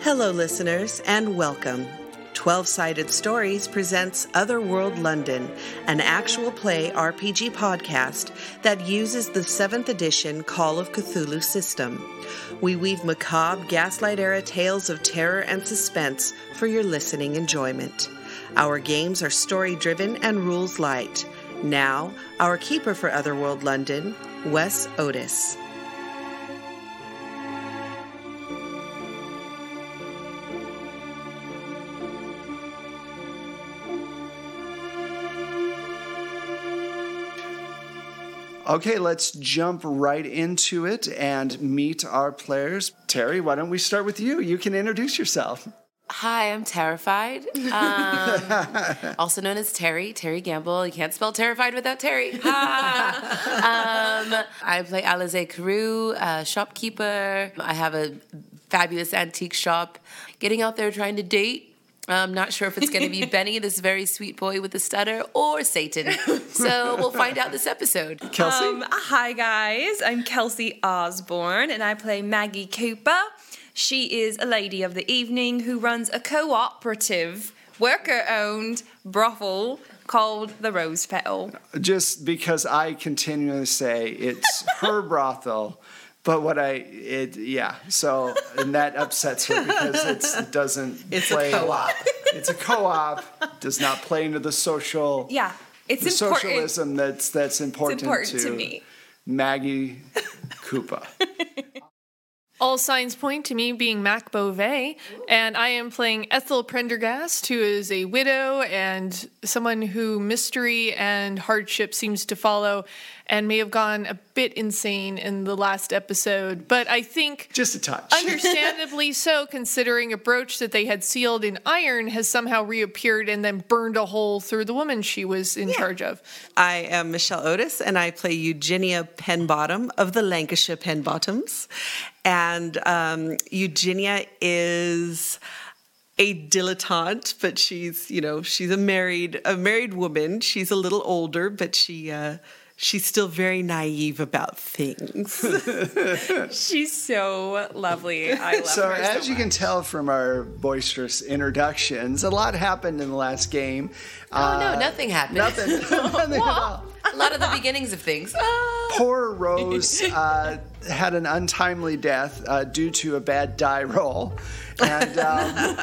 Hello, listeners, and welcome. 12 Sided Stories presents Otherworld London, an actual play RPG podcast that uses the 7th edition Call of Cthulhu system. We weave macabre, gaslight era tales of terror and suspense for your listening enjoyment. Our games are story driven and rules light. Now, our keeper for Otherworld London, Wes Otis. Okay, let's jump right into it and meet our players. Terry, why don't we start with you? You can introduce yourself. Hi, I'm terrified. Um, also known as Terry, Terry Gamble. You can't spell terrified without Terry. Ah. um, I play Alize Carew, a shopkeeper. I have a fabulous antique shop. Getting out there trying to date. I'm not sure if it's going to be Benny, this very sweet boy with a stutter, or Satan. So we'll find out this episode. Kelsey? Um, hi, guys. I'm Kelsey Osborne, and I play Maggie Cooper. She is a lady of the evening who runs a cooperative, worker owned brothel called the Rose Petal. Just because I continually say it's her brothel. But what I it yeah so and that upsets her because it's, it doesn't It's a play co-op. it's a co-op does not play into the social Yeah, it's the important. socialism that's that's important, important to me. Maggie Koopa. All signs point to me being Mac Beauvais, and I am playing Ethel Prendergast, who is a widow and someone who mystery and hardship seems to follow and may have gone a bit insane in the last episode. But I think Just a touch. Understandably so, considering a brooch that they had sealed in iron has somehow reappeared and then burned a hole through the woman she was in charge of. I am Michelle Otis, and I play Eugenia Penbottom of the Lancashire Penbottoms. And um, Eugenia is a dilettante, but she's you know she's a married a married woman. She's a little older, but she uh, she's still very naive about things. She's so lovely. I love So, her. as you can tell from our boisterous introductions, a lot happened in the last game. oh, no, nothing happened. Nothing. nothing at all. a lot of the beginnings of things. Poor Rose uh, had an untimely death uh, due to a bad die roll. And um,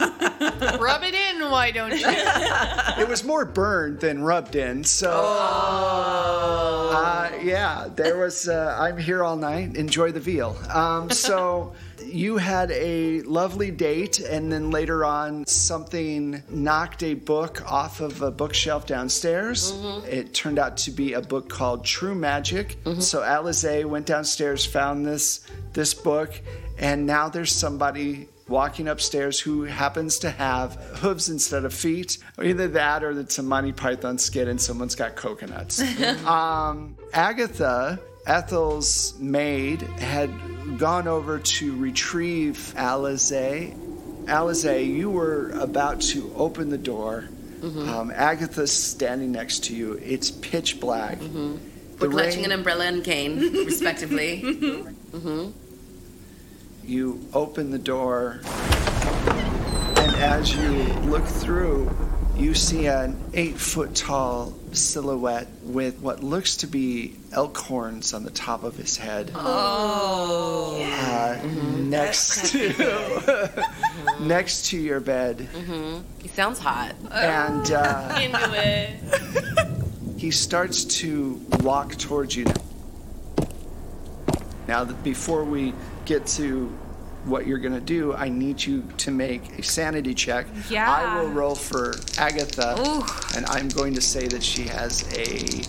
Rub it in, why don't you? it was more burned than rubbed in. So, uh, yeah, there was. Uh, I'm here all night. Enjoy the veal. Um, so, you had a lovely date, and then later on, something knocked a book off of a bookshelf downstairs. It turned out to be a book called True Magic. So, Alize went downstairs, found this this book, and now there's somebody. Walking upstairs, who happens to have hooves instead of feet. Either that or it's a Monty Python skit and someone's got coconuts. Um, Agatha, Ethel's maid, had gone over to retrieve Alize. Alize, you were about to open the door. Mm-hmm. Um, Agatha's standing next to you. It's pitch black. The Mm-hmm. We're clutching rain- an umbrella and cane, respectively. you open the door, and as you look through, you see an eight foot tall silhouette with what looks to be elk horns on the top of his head. Oh, uh, next to next to your bed, he sounds hot. and uh, Into it. he starts to walk towards you. Now, that before we get to what you're going to do, I need you to make a sanity check. Yeah. I will roll for Agatha, Ooh. and I'm going to say that she has a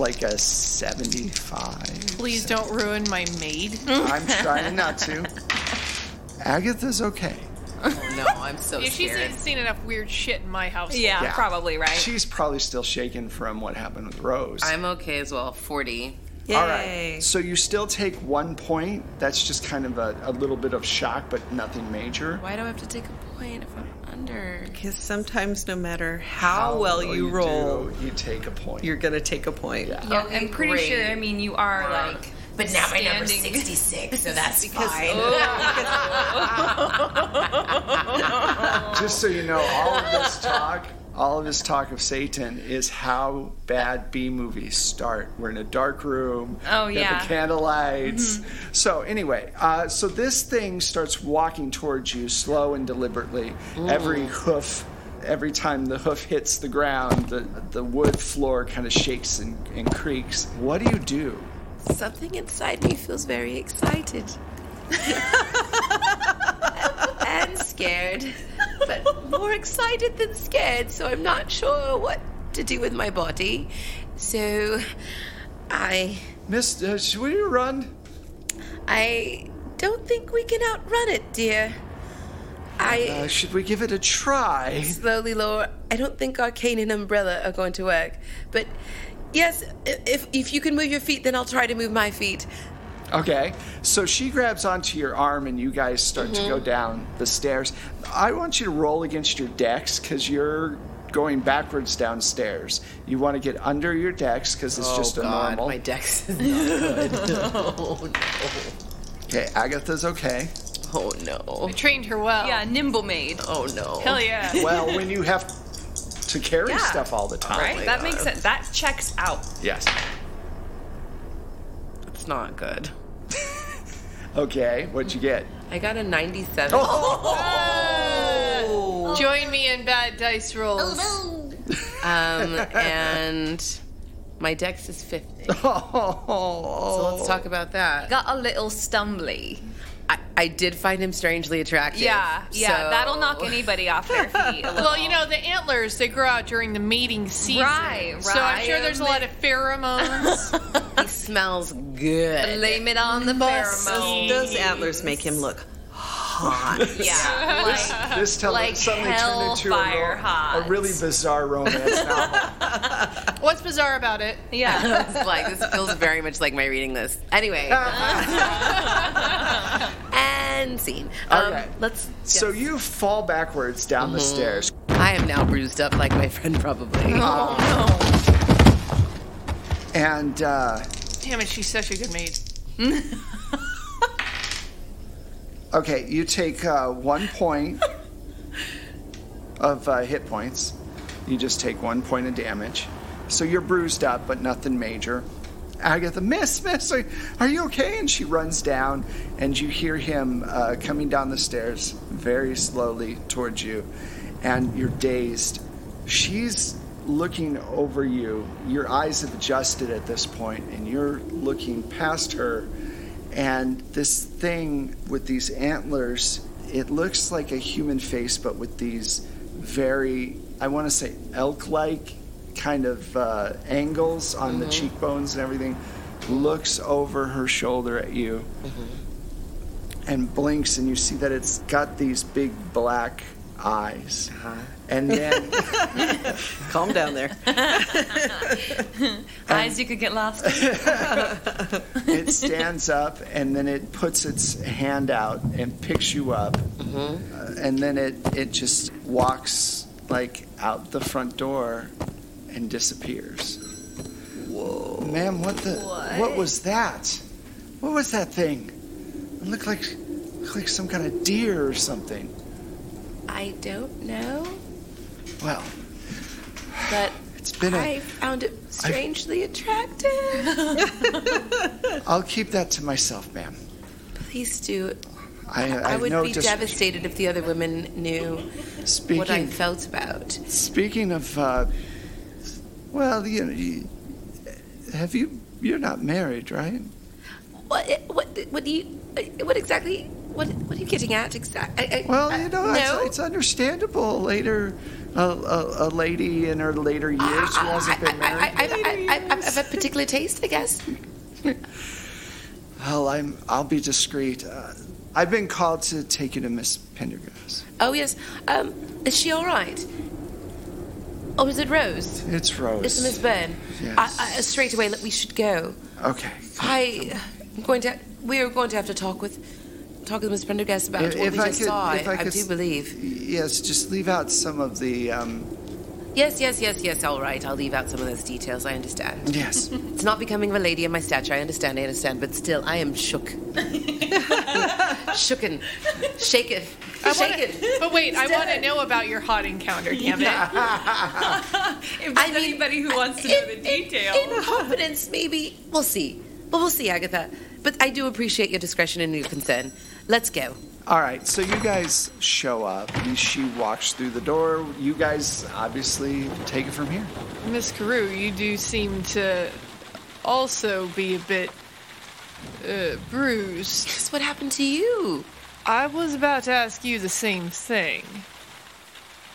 like a 75. Please don't ruin my maid. I'm trying not to. Agatha's okay. Oh, no, I'm so If she's scared. seen enough weird shit in my house. yeah, Yeah. probably right. She's probably still shaken from what happened with Rose. I'm okay as well. 40. All right. So you still take one point. That's just kind of a, a little bit of shock, but nothing major. Why do I have to take a point if I'm under? Because sometimes, no matter how, Oh, well you, roll, do, you take a point. you're gonna take a point. Yeah, I'm pretty Great. sure. I mean, you are like But now my number's Standing. 66, so that's fine. Just so you know, all of this talk, all of this talk of Satan is how bad B movies start. We're in a dark room. Oh, we have yeah. Mm-hmm. The candlelights. So anyway, uh, so this thing starts walking towards you, slow and deliberately. Every hoof. Every time the hoof hits the ground, the, the wood floor kind of shakes and, and creaks. What do you do? Something inside me feels very excited. and scared, but more excited than scared, so I'm not sure what to do with my body. So I Miss, uh, should we run? I don't think we can outrun it, dear. I Uh, should we give it a try? slowly lower. I don't think arcane and umbrella are going to work, but yes, i- if if you can move your feet, then I'll try to move my feet. Okay. So she grabs onto your arm and you guys start to Mm-hmm. go down the stairs. I want you to roll against your decks because you're going backwards downstairs. You want to get under your decks because it's just a normal. Oh, my dex is okay, Agatha's okay. Oh no. I trained her well. Yeah, nimble maid. Oh no. Hell yeah. Well, when you have to carry Yeah. stuff all the time. Right? That makes sense. That checks out. Yes. It's not good. Okay, what'd you get? Oh. I got a 97. Oh. Join me in bad dice rolls. Um, and my dex is 50. So Oh. let's talk about that. Got a little stumbly. I, I did find him strangely attractive. Yeah, yeah. so- That'll knock anybody off their feet. A little. Well, you know, the antlers, they grow out during the mating season. Right, So I'm right. sure there's a lot of pheromones. He smells good. Blame it on the pheromone. Those antlers make him look hot. Yeah. This, this tells like suddenly turned into a, hellfire ro- hot. a really bizarre romance novel. What's bizarre about it? yeah. It's like this feels very much like my reading list. Anyway. and scene. Um, Okay. Let's. So you fall backwards down the Mm-hmm. stairs. I am now bruised up like my friend probably. And uh, Damn it, she's such a good maid. okay, you take uh, one point of uh, hit points. You just take one point of damage. So you're bruised up, but nothing major. Agatha, miss, miss, are, are you okay? And she runs down, and you hear him uh, coming down the stairs very slowly towards you, and you're dazed. She's looking over you. Your eyes have adjusted at this point, and you're looking past her. And this thing with these antlers, it looks like a human face, but with these very, I want to say, elk like kind of uh, angles on the cheekbones and everything, looks over her shoulder at you and blinks, and you see that it's got these big black eyes. And then. Calm down there. Eyes you could get lost. in. it stands up and then it puts its hand out and picks you up Mm-hmm. Uh, and then it, it just walks like out the front door and disappears whoa ma'am what the what, was that what was that thing it looked like looked like some kind of deer or something I don't know, well but it's been a I found it strangely attractive. i'll keep that to myself ma'am Please do. i, I, I, would know be just devastated if the other women knew what I speaking felt about. Speaking of, uh, well, you know, you, have you? You're not married, right? What? What? What do you? What exactly? What? What are you getting at exactly? Well, you know, no. it's, it's understandable. Later, a, a, a lady in her later years who hasn't been married. I, I, I, I, I, I have a particular taste, I guess. well, I'm. I'll be discreet. Uh, I've been called to take you to Miss Pendergast. Oh yes. Um, is she all right? Or is it Rose? It's Rose. It's Miss Byrne. Yes. I, I, straight away, look, we should go. Okay. I, I'm going to. We are going to have to talk with, talk with Miss Prendergast about what we just saw. I, I could do s- believe. Yes, just leave out some of the um, Yes, yes, yes, yes. All right. I'll leave out some of those details. I understand. Yes. It's not becoming of a lady in my stature. I understand. I understand. But still, I am shook. Shooken. Shaken. Shaken. But wait, I want to know about your hot encounter, damn it. If there's anybody who wants to know the in- details. In, in confidence, maybe. We'll see. But we'll see, Agatha. But I do appreciate your discretion and your concern. Let's go. All right, so you guys show up. and She walks through the door. You guys obviously take it from here. Miss Carew, you do seem to also be a bit uh, bruised. Just what happened to you? I was about to ask you the same thing.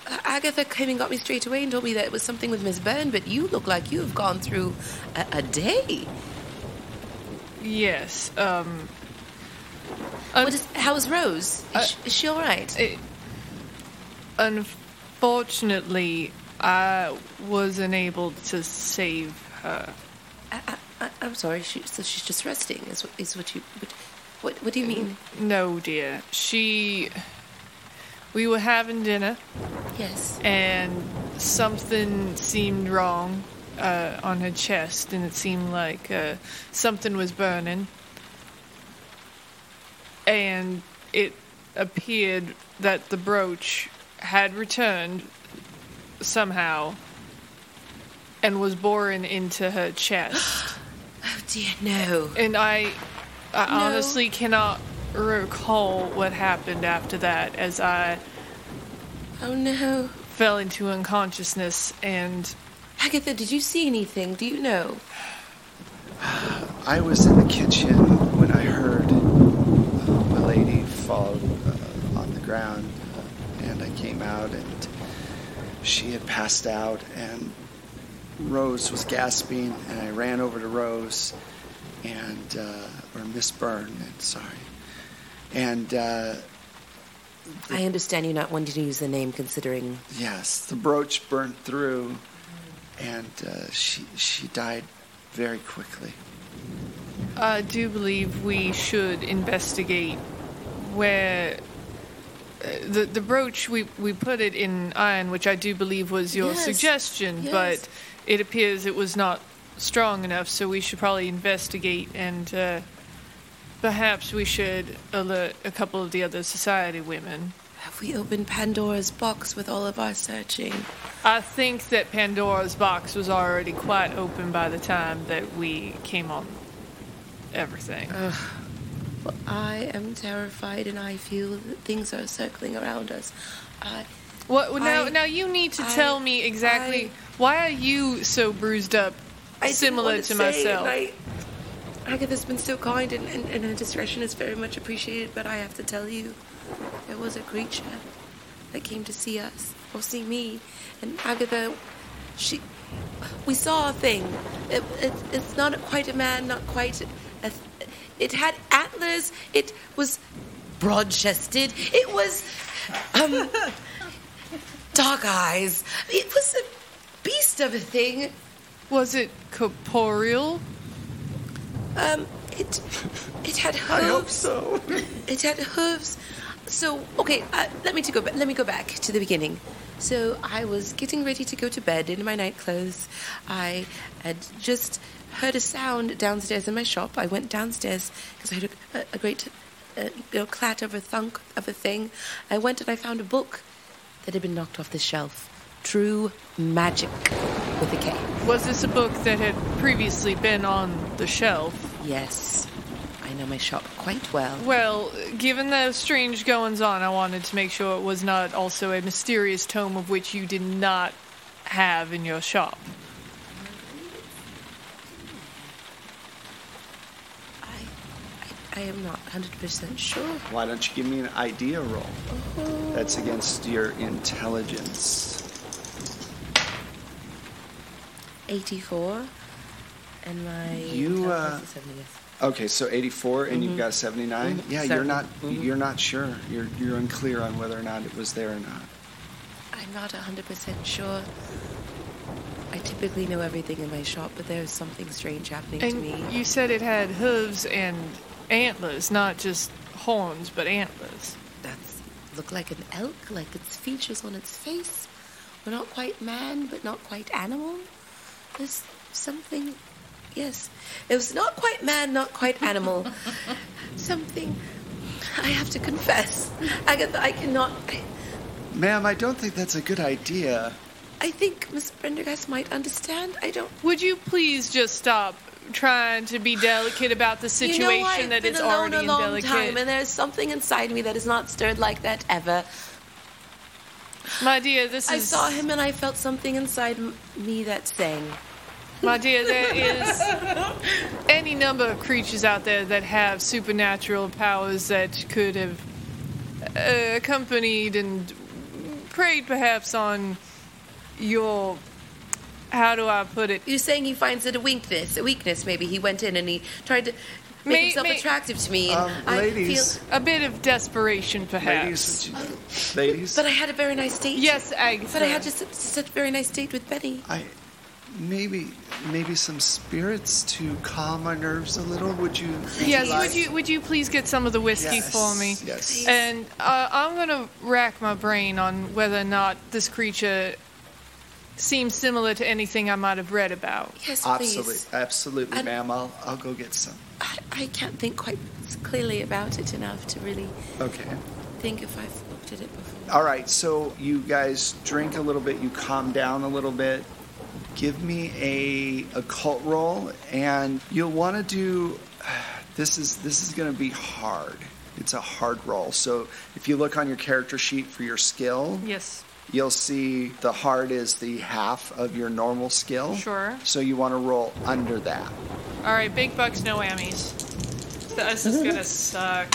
Uh, Agatha came and got me straight away and told me that it was something with Miss Byrne, but you look like you've gone through a, a day. Yes, um, What is, how is Rose? Is, she, is she all right? it, unfortunately, I wasn't able to save her. I, I'm sorry. She, so she's just resting. Is what is what you? What, what, what do you mean? No, dear. She. We were having dinner, Yes. and something seemed wrong uh, on her chest, and it seemed like uh, something was burning. And it appeared that the brooch had returned somehow and was boring into her chest. Oh dear, no. and I, I honestly cannot recall what happened after that as I Oh no. fell into unconsciousness and Agatha, did you see anything? Do you know? I was in the kitchen when I heard uh, my lady fall uh, on the ground, uh, and I came out, and she had passed out, and Rose was gasping, and I ran over to Rose, and uh, or Miss Byrne, and sorry, and. Uh, I understand you not wanting to use the name, considering. Yes, the brooch burned through, and uh, she she died very quickly. I do believe we should investigate where uh, the the brooch we we put it in iron, which I do believe was your Yes, suggestion, yes. but it appears it was not strong enough, so we should probably investigate and uh, perhaps we should alert a couple of the other society women. Have we opened Pandora's box with all of our searching? I think that Pandora's box was already quite open by the time that we came on everything. Well, I am terrified, and I feel that things are circling around us. I, What well, now? I- now you need to I- tell me exactly I- why are you so bruised up, I didn't similar want to to say, And myself. I, Agatha's been so kind, and, and, and her discretion is very much appreciated. But I have to tell you, there was a creature that came to see us or see me, and Agatha, she, we saw a thing. It, it, it's not quite a man, not quite. A, it had antlers. It was broad-chested. It was um, dark eyes. It was a beast of a thing. Was it corporeal? Um, it it had hooves. so. It had hooves. So okay, uh, let me to go. Ba- let me go back to the beginning. So I was getting ready to go to bed in my night clothes. I had just heard a sound downstairs in my shop. I went downstairs because I heard a, a, a great uh, you know, clatter of a thunk of a thing. I went and I found a book that had been knocked off the shelf. True magic with a K. Was this a book that had previously been on the shelf? Yes, I know my shop quite well. Well, given the strange goings on, I wanted to make sure it was not also a mysterious tome of which you did not have in your shop. I, I, I am not 100% sure. Why don't you give me an idea roll? That's against your intelligence. 84. And my. You, uh, calculus is 70, yes. Okay, so 84, and you've got a 79. Yeah, you're Seven. not you're not sure. You're you're unclear on whether or not it was there or not. I'm not 100% sure. I typically know everything in my shop, but there's something strange happening to me. And you said it had hooves and antlers, not just horns, but antlers. That's look like an elk, like its features on its face We're not quite man, but not quite animal. There's something. Yes, it was not quite man, not quite animal. something. I have to confess, Agatha, I cannot. I, Ma'am, I don't think that's a good idea. I think Miss Prendergast might understand. I don't. Would you please just stop trying to be delicate about the situation you know, I've that been is alone already a long indelicate? time, and there's something inside me that is not stirred like that ever. My dear, this I is saw him, and I felt something inside m- me that sang. My dear, there is any number of creatures out there that have supernatural powers that could have uh, accompanied and preyed perhaps on your. How do I put it? You're saying he finds it a weakness, a weakness. Maybe he went in and he tried to make May- himself may- attractive to me. Um, and ladies, I feel, A bit of desperation, perhaps. ladies, would you, ladies. but I had a very nice date. yes, Agatha. but I had just such, such a very nice date with Betty. I maybe maybe some spirits to calm our nerves a little. Would you? Yes, like- would you would you please get some of the whiskey Yes, for me? yes. And uh, I'm gonna rack my brain on whether or not this creature seems similar to anything I might have read about. Yes, Absolutely, please. absolutely, And- ma'am. I'll I'll go get some. I, I can't think quite clearly about it enough to really Okay. think if I've looked at it before. All right. So you guys drink a little bit. You calm down a little bit. Give me a occult roll, and you'll want to do. This is this is going to be hard. It's a hard roll. So if you look on your character sheet for your skill, Yes. you'll see the hard is the half of your normal skill. Sure. So you want to roll under that. All right, big bucks, no whammies. This is gonna suck.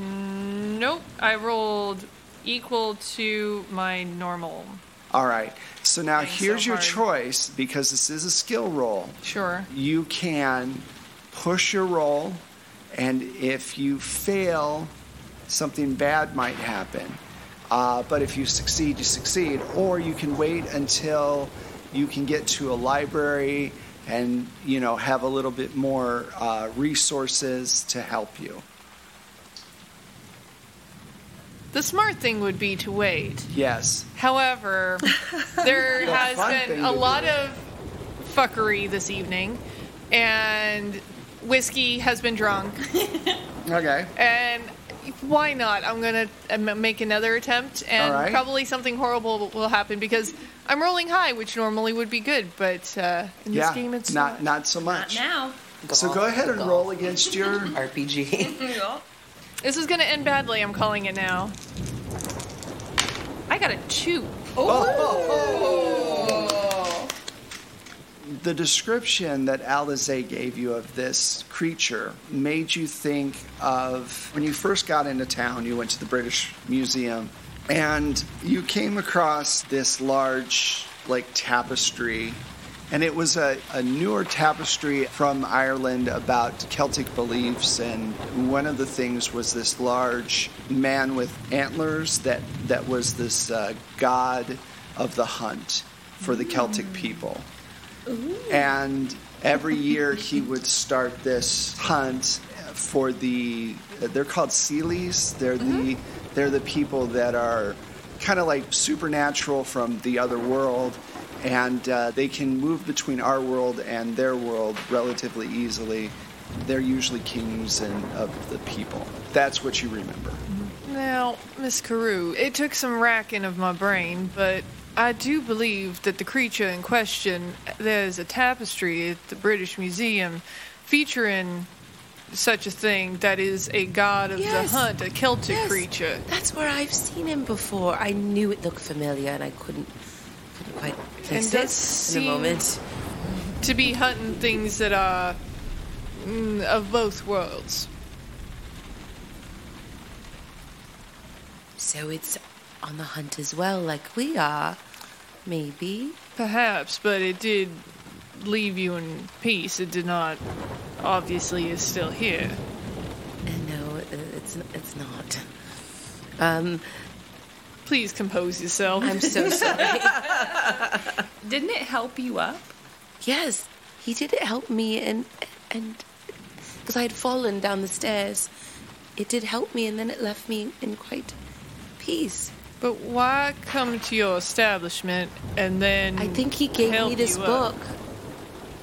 Nope, I rolled equal to my normal. All right. So now Thanks so here's your hard. choice because this is a skill roll. Sure. You can push your roll, and if you fail, something bad might happen. Uh, but if you succeed, you succeed. Or you can wait until you can get to a library and you know have a little bit more uh, resources to help you. The smart thing would be to wait. Yes. However, there Well, has fun thing been to a do. lot of fuckery this evening, and whiskey has been drunk. Okay. And why not? I'm gonna um, make another attempt, and All right. probably something horrible will happen because I'm rolling high, which normally would be good, but uh, in yeah. this game, it's not not so much. now. So go ahead and Golf. roll against your RPG. This is gonna end badly. I'm calling it now. I got a two. the description that Alize gave you of this creature made you think of when you first got into town, you went to the British Museum and you came across this large, like, tapestry. And it was a, a newer tapestry from Ireland about Celtic beliefs. And one of the things was this large man with antlers that, that was this uh, god of the hunt for the Celtic people and every year he would start this hunt for the they're called Sealies. They're the they're the people that are kind of like supernatural from the other world, and uh, they can move between our world and their world relatively easily. They're usually kings and of the people. That's what you remember. Now, Miss Carew, it took some racking of my brain, but I do believe that the creature in question, there's a tapestry at the British Museum featuring such a thing that is a god of Yes. the hunt, a Celtic Yes. creature. That's where I've seen him before. I knew it looked familiar, and I couldn't, couldn't quite place does it seem- in a moment. To be hunting things that are mm, of both worlds. So it's on the hunt as well, like we are, maybe. Perhaps, but it did leave you in peace. It did not, obviously, is still here. Uh, No, uh, it's it's not. Um, Please compose yourself. I'm so sorry. Didn't it help you up? yes, he did help me, and and because I had fallen down the stairs, it did help me, and then it left me in quite peace. But why come to your establishment and then? I think he gave Hmm. help me this you up? book.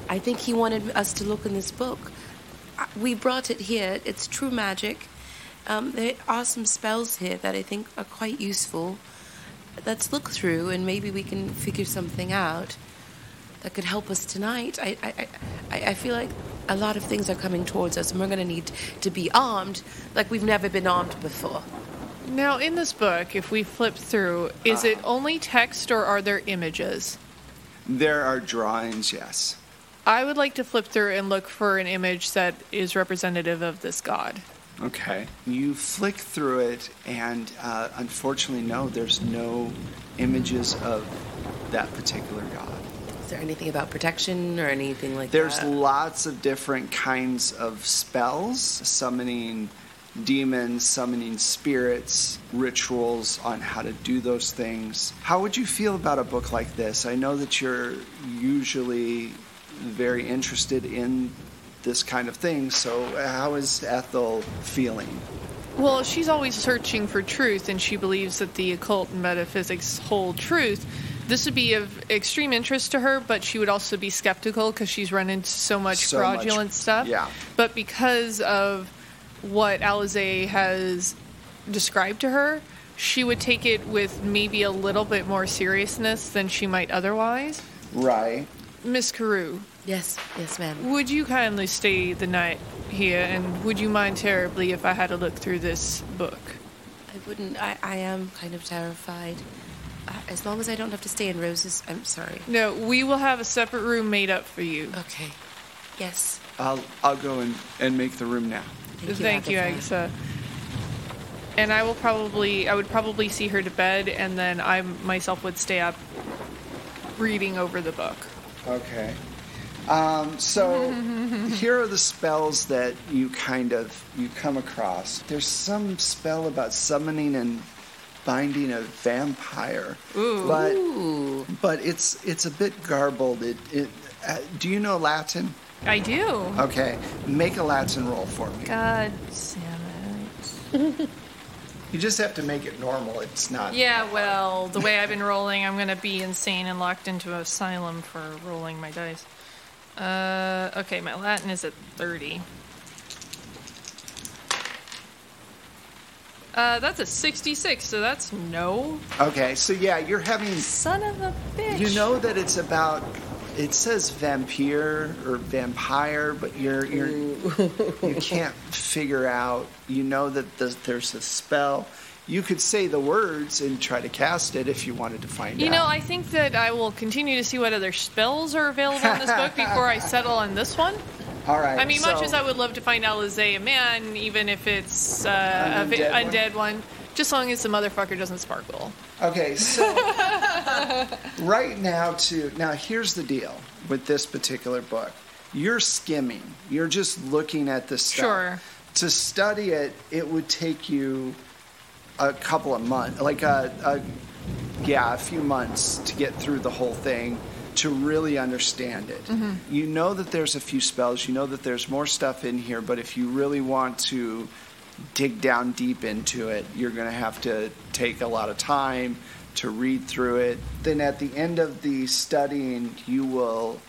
I think he wanted us to look in this book. Uh, We brought it here. It's true magic. Um, there are some spells here that I think are quite useful. Let's look through and maybe we can figure something out that could help us tonight. I, I, I- I, I feel like a lot of things are coming towards us and we're going to need to be armed like we've never been armed before. Now, in this book, if we flip through, is it only text or are there images? There are drawings, yes. I would like to flip through and look for an image that is representative of this god. Okay. You flick through it, and uh, unfortunately, no, there's no images of that particular god. Is there anything about protection or anything like There's that? Ah. lots of different kinds of spells, summoning demons, summoning spirits, rituals on how to do those things. How would you feel about a book like this? I know that you're usually very interested in this kind of thing, so how is Ethel feeling? Well, she's always searching for truth, and she believes that the occult and metaphysics hold truth. This would be of extreme interest to her, but she would also be skeptical because she's run into so much So much- fraudulent stuff. yeah. But because of what Alize has described to her, she would take it with maybe a little bit more seriousness than she might otherwise. Right. Miss Carew, yes, yes, ma'am. would you kindly stay the night here, and would you mind terribly if I had to look through this book? I wouldn't. I, I am kind of terrified. Uh, as long as I don't have to stay in roses, I'm sorry. No, we will have a separate room made up for you. Oh, Okay. Yes. I'll, I'll go and, and make the room now. Thank you. Thank you, Agatha. Agatha. And I will probably, I would probably see her to bed, and then I myself would stay up reading over the book. Okay. Um, so here are the spells that you kind of you come across. There's some spell about summoning and binding a vampire, but but it's it's a bit garbled. It, it uh, do you know Latin? I do. Okay, make a Latin roll for me. God damn it. You just have to make it normal. It's not. Yeah, well, the way I've been rolling, I'm gonna be insane and locked into an asylum for rolling my dice. Uh, okay, my Latin is at 30. Uh, that's a 66, so that's no. Okay, so yeah, you're having Son of a bitch. You know that it's about. It says vampire or vampire, but you're you're you can't figure out. You know that the, there's a spell. You could say the words and try to cast it if you wanted to find You out. know, I think that I will continue to see what other spells are available in this book before I settle on this one. All right. I mean, much so- as I would love to find Alizé a man, even if it's uh, a An vi- undead one? undead one, just long as the motherfucker doesn't sparkle. Okay, so right now, too. Now, here's the deal with this particular book. You're skimming. You're just looking at the stuff. Sure. To study it, it would take you a couple of months, like a, a yeah, a few months to get through the whole thing to really understand it. You know that there's a few spells, you know that there's more stuff in here, but if you really want to dig down deep into it, you're going to have to take a lot of time to read through it. Then at the end of the studying, you will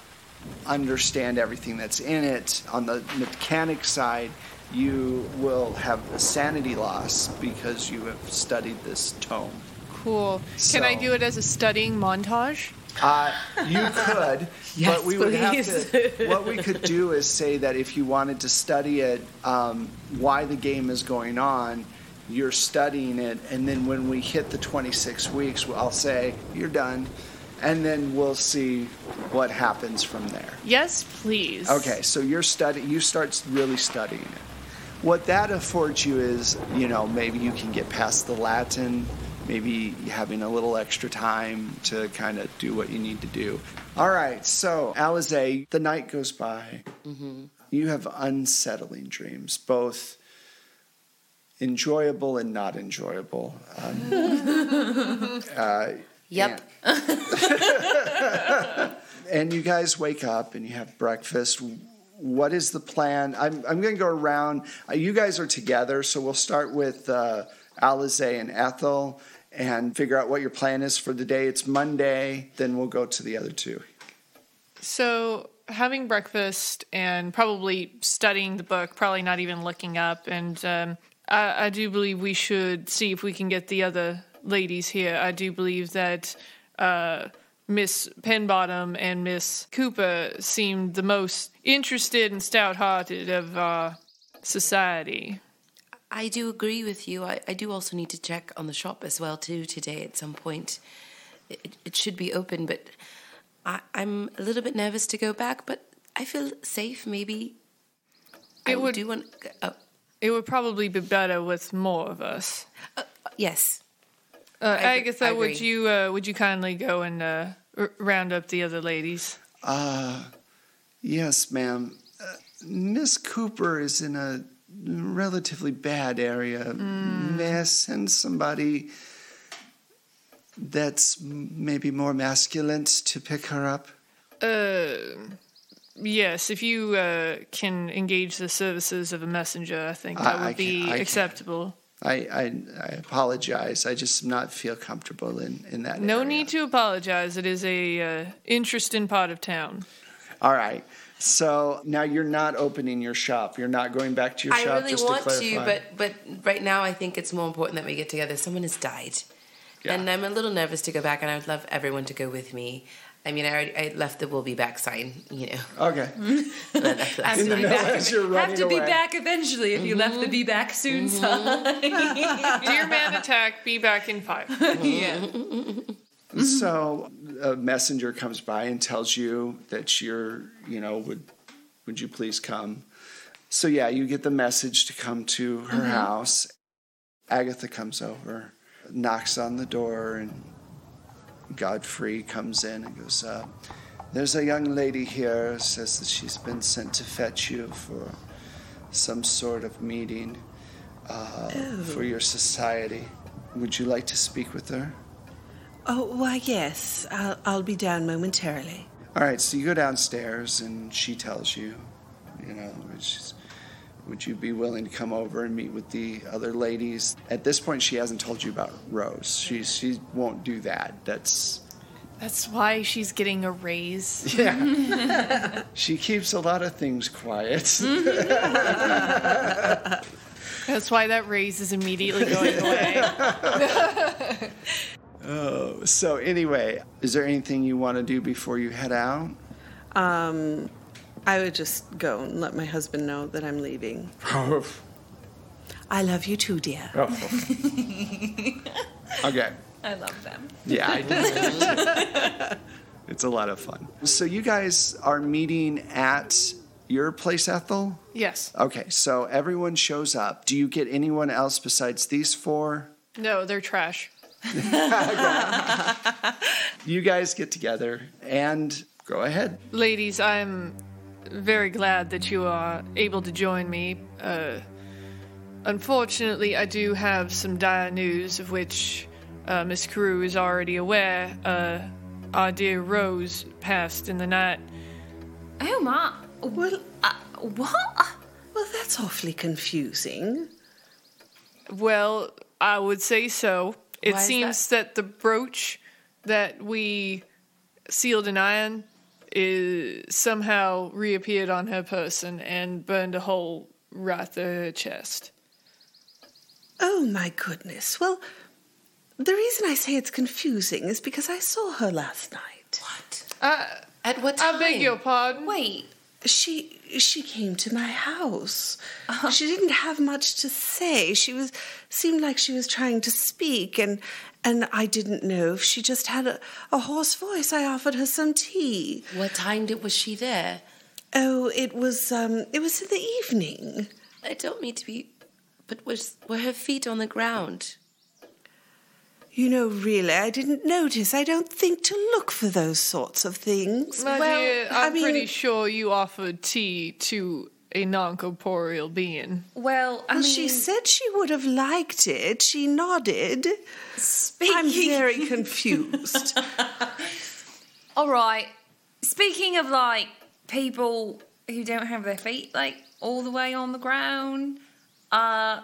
understand everything that's in it. On the mechanic side, you will have a sanity loss because you have studied this tome. Cool. Can I So- do it as a studying montage? Uh, you could, Yes, but we would please. have to. What we could do is say that if you wanted to study it, um, why the game is going on, you're studying it, and then when we hit the 26 weeks, I'll say you're done, and then we'll see what happens from there. Yes, please. Okay, so you're study you start really studying it. What that affords you is, you know, maybe you can get past the Latin, maybe having a little extra time to kind of do what you need to do. All right, so Alize, the night goes by. You have unsettling dreams, both enjoyable and not enjoyable. Um, uh, Yep. and you guys wake up and you have breakfast. What is the plan? I'm, I'm going to go around. Uh, you guys are together, so we'll start with uh, Alize and Ethel, and figure out what your plan is for the day. It's Monday, then we'll go to the other two. So, having breakfast and probably studying the book, probably not even looking up. And um, I, I do believe we should see if we can get the other ladies here. I do believe that uh, Miss Penbottom and Miss Cooper seemed the most interested and stout hearted of uh, society. I do agree with you. I, I do also need to check on the shop as well too today at some point. It, it should be open, but I, I'm a little bit nervous to go back. But I feel safe. Maybe I It would- do want. Oh, It would probably be better with more of us. uh, yes, Uh, I agree- Agatha, I would agree. you uh, would you kindly go and uh, r- round up the other ladies? Yes, ma'am. Uh, Miss Cooper is in a relatively bad area. May I send somebody that's maybe more masculine to pick her up? Uh, Yes, if you uh, can engage the services of a messenger, I think I- that I would can- be I can. acceptable. I, I, I apologize. I just not feel comfortable in, in that No area. need to apologize. It is a uh, interesting part of town. All right. So now you're not opening your shop. You're not going back to your I shop. really just want to, to, clarify. but but right now I think it's more important that we get together. Someone has died, and I'm a little nervous to go back. And I would love everyone to go with me. I mean, I already I left the "will be back" sign. You know, okay. I left that Have to sign. be back. As you're running Have to be away. back eventually if you left Mm-hmm. the be back soon sign. Dear man, attack. Be back in five. So a messenger comes by and tells you that you're, you know, would would you please come? So yeah, you get the message to come to her house. Agatha comes over, knocks on the door, and Godfrey comes in and goes, uh, "There's a young lady here. Says that she's been sent to fetch you for some sort of meeting uh, for your society. Would you like to speak with her?" Oh, why, yes. I'll, I'll be down momentarily. All right, so you go downstairs and she tells you, you know, she's, would you be willing to come over and meet with the other ladies? At this point, she hasn't told you about Rose. She she won't do that. That's That's why she's getting a raise. she keeps a lot of things quiet. That's why that raise is immediately going away. Oh, so anyway, is there anything you want to do before you head out? Um, I would just go and let my husband know that I'm leaving. I love you too, dear. okay. I love them. Yeah, I do. it's a lot of fun. So you guys are meeting at your place, Ethel. yes. Okay, so everyone shows up. Do you get anyone else besides these four? No, they're trash. You guys get together and go ahead. Ladies, I'm very glad that you are able to join me. Uh, unfortunately, I do have some dire news of which uh, Miss Carew is already aware. Uh, our dear Rose passed in the night. Oh my! Well, Uh, what? well, that's awfully confusing. Well, I would say so. It Why is seems that? the brooch that we sealed in iron is somehow reappeared on her person and burned a hole right through her chest. Oh, my goodness. Well, the reason I say it's confusing is because I saw her last night. I, At what time? I beg your pardon. Wait. She she came to my house. Uh-huh. She didn't have much to say. She was seemed like she was trying to speak and and I didn't know if she just had a, a hoarse voice. I offered her some tea. What time did, was she there? Oh, it was um it was in the evening. I don't mean to be, but was were her feet on the ground? You know, really, I didn't notice. I don't think to look for those sorts of things. My dear, I I'm mean- pretty sure you offered tea to a non corporeal being. Well, I Well, mean, she said she would have liked it. She nodded. speaking. I'm very confused. All right. Speaking of like people who don't have their feet like all the way on the ground, uh,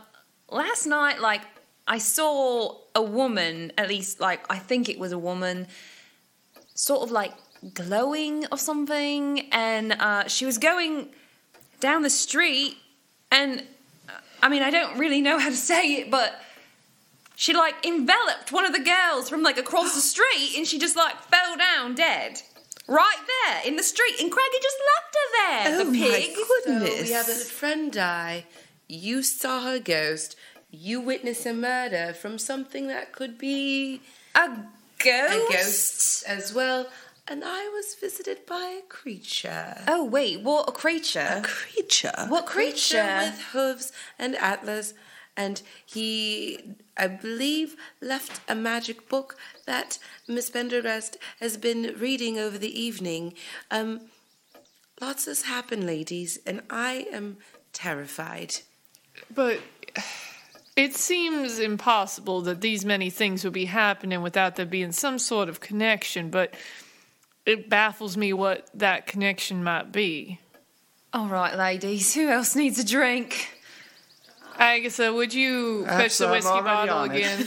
last night like I saw a woman, at least like I think it was a woman, sort of like glowing or something, and uh, she was going down the street, and uh, I mean I don't really know how to say it, but she like enveloped one of the girls from like across the street, and she just like fell down dead. Right there in the street, and Craigie just left her there. Oh the my pig. So we have a friend die. You saw her ghost. You witness a murder from something that could be A a ghost? ghost as well. And I was visited by a creature. Oh, wait, what? A creature? creature. What creature? With hooves and antlers. And he, I believe, left a magic book that Miss Pendergast has been reading over the evening. Um, lots has happened, ladies, and I am terrified. But it seems impossible that these many things would be happening without there being some sort of connection, but it baffles me what that connection might be. All right, ladies, who else needs a drink? Agatha, would you fetch That's- the I'm whiskey already bottle on it. again?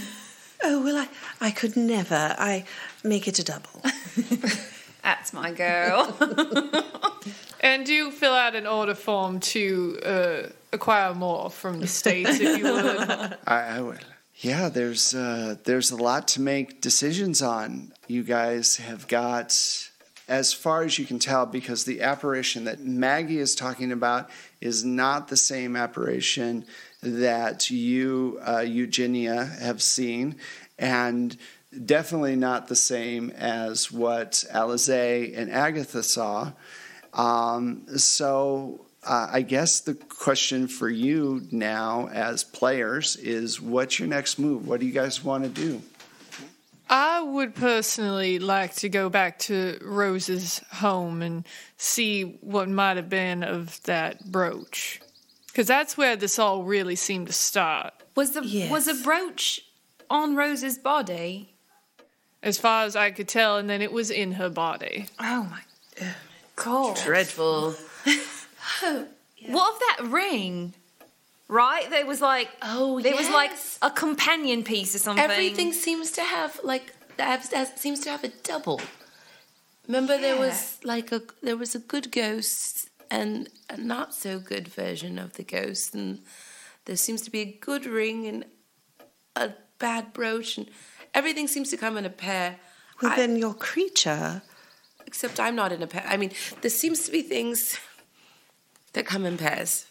Oh, well, I, I could never. I make it a double. That's my girl. and do fill out an order form to uh, acquire more from the States, if you would. I, I will. Yeah, there's uh, there's a lot to make decisions on. You guys have got, as far as you can tell, because the apparition that Maggie is talking about is not the same apparition that you uh, Eugenia have seen, and definitely not the same as what Alize and Agatha saw. Um, so uh, I guess the question for you now, as players, is what's your next move? What do you guys want to do? I would personally like to go back to Rose's home and see what might have been of that brooch. Because that's where this all really seemed to start. Was the was the Yes. brooch on Rose's body? As far as I could tell, and then it was in her body. Oh my god! Dreadful. What of that ring? Right, there was like Oh, there was like yes. a companion piece or something. Everything seems to have like that that seems to have a double. Remember, there was like a there was a good ghost and a not so good version of the ghost, and there seems to be a good ring and a bad brooch, and everything seems to come in a pair. Well, I- then your creature. except I'm not in a pair. I mean, there seems to be things that come in pairs.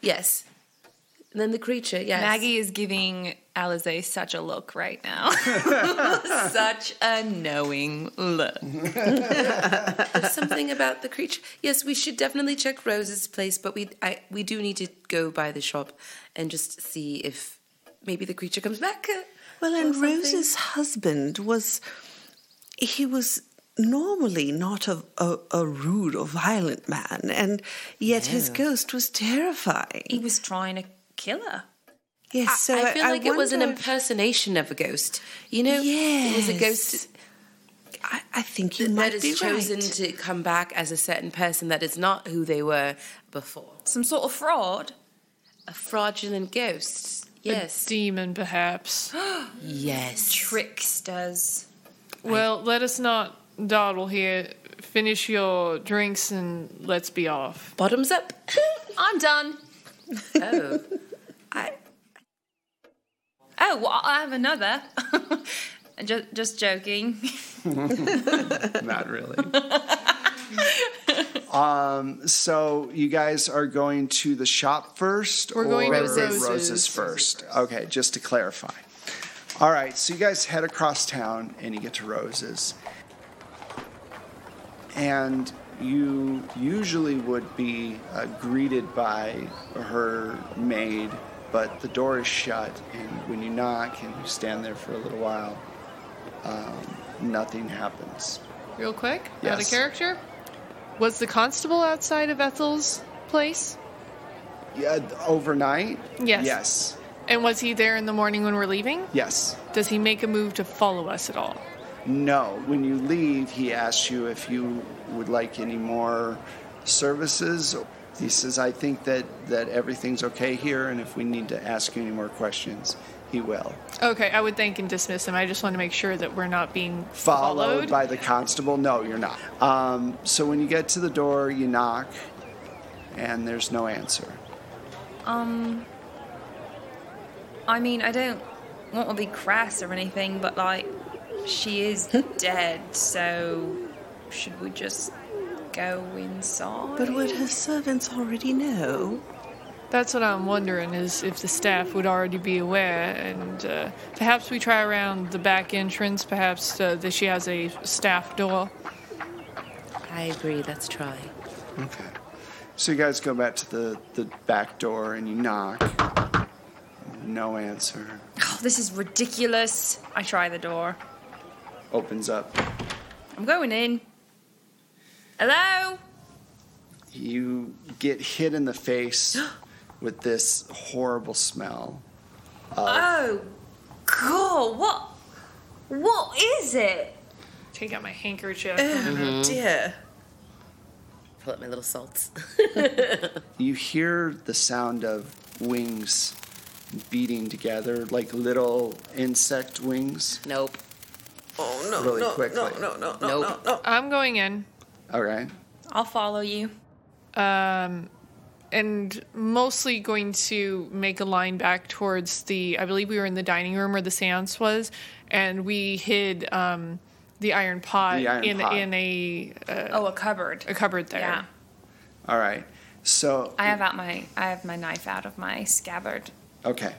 Yes. And then the creature, yes. Maggie is giving Alize such a look right now. Such a knowing look. There's something about the creature. Yes, we should definitely check Rose's place, but we I, we do need to go by the shop and just see if maybe the creature comes back. Well, and or something. Rose's husband was. He was normally not a, a, a rude or violent man, and yet his ghost was he terrifying. was trying to kill her. Yes, I, so I feel like it was an wonder- impersonation of a ghost. You know, it was a Yes. ghost I, I think you that might that be is chosen right. to come back as a certain person that is not who they were before. Some sort of fraud. A fraudulent ghost. Yes. Demon, perhaps. yes. Tricksters. well, let us not dawdle here. Finish your drinks and let's be off. Bottoms up. I'm done. oh. I Oh, well, I have another. just, just joking. Not really. um, so you guys are going to the shop first We're going or to Rose's. Rose's first? Okay, just to clarify. All right, so you guys head across town and you get to Rose's. and you usually would be uh, greeted by her maid, but the door is shut, and when you knock and you stand there for a little while, um, nothing happens. Real quick, out of Yes. character. Was the constable outside of Ethel's place? Yeah, th- overnight. Yes. Yes. And was he there in the morning when we're leaving? Yes. Does he make a move to follow us at all? No. When you leave, he asks you if you would like any more services He says, I think that, that everything's okay here, and if we need to ask you any more questions, he will. Okay, I would thank and dismiss him. I just want to make sure that we're not being Followed, followed. by the constable? No, you're not. Um, so when you get to the door, you knock, and there's no answer. I mean, I don't want to be crass or anything, but like, she is dead, so should we just go inside? But would her servants already know? That's what I'm wondering is if the staff would already be aware, and uh, perhaps we try around the back entrance. Perhaps uh, that she has a staff door. I agree. Let's try. Okay. So you guys go back to the, the back door and you knock. No answer. Oh, this is ridiculous. I try the door. Opens up. I'm going in. Hello? You get hit in the face with this horrible smell. Oh, God, what? What is it? Take out my handkerchief. Dear. Pull up my little salts. You hear the sound of wings beating together like little insect wings. nope. Oh, no, Really no, quickly. no, no, no, no, Nope. no, no. I'm going in, All right. I'll follow you. um, and mostly going to make a line back towards the. I believe we were in the dining room where the séance was, and we hid um, the iron pot The iron in pot. in a, Oh, a cupboard. a cupboard there. Yeah. All right. So I have out my I have my knife out of my scabbard. Okay.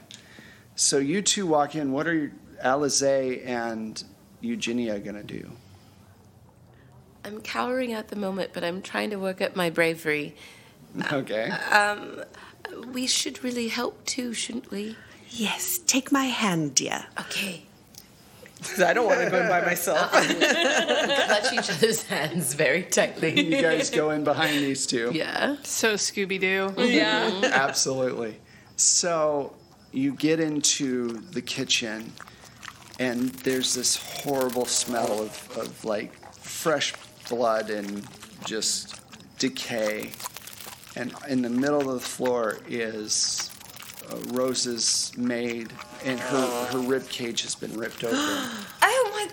So you two walk in. What are Alize and Eugenia gonna do? I'm cowering at the moment, but I'm trying to work up my bravery. Okay. We should really help too, shouldn't we? Yes, take my hand, dear. Okay. I don't want to go in by myself. Clutch Uh-uh. each other's hands very tightly. you guys go in behind these two. Yeah. So Scooby Doo. Absolutely. So you get into the kitchen, and there's this horrible smell of, of like fresh blood and just decay. And in the middle of the floor is uh, Rose's maid, and her, her rib cage has been ripped open. Oh my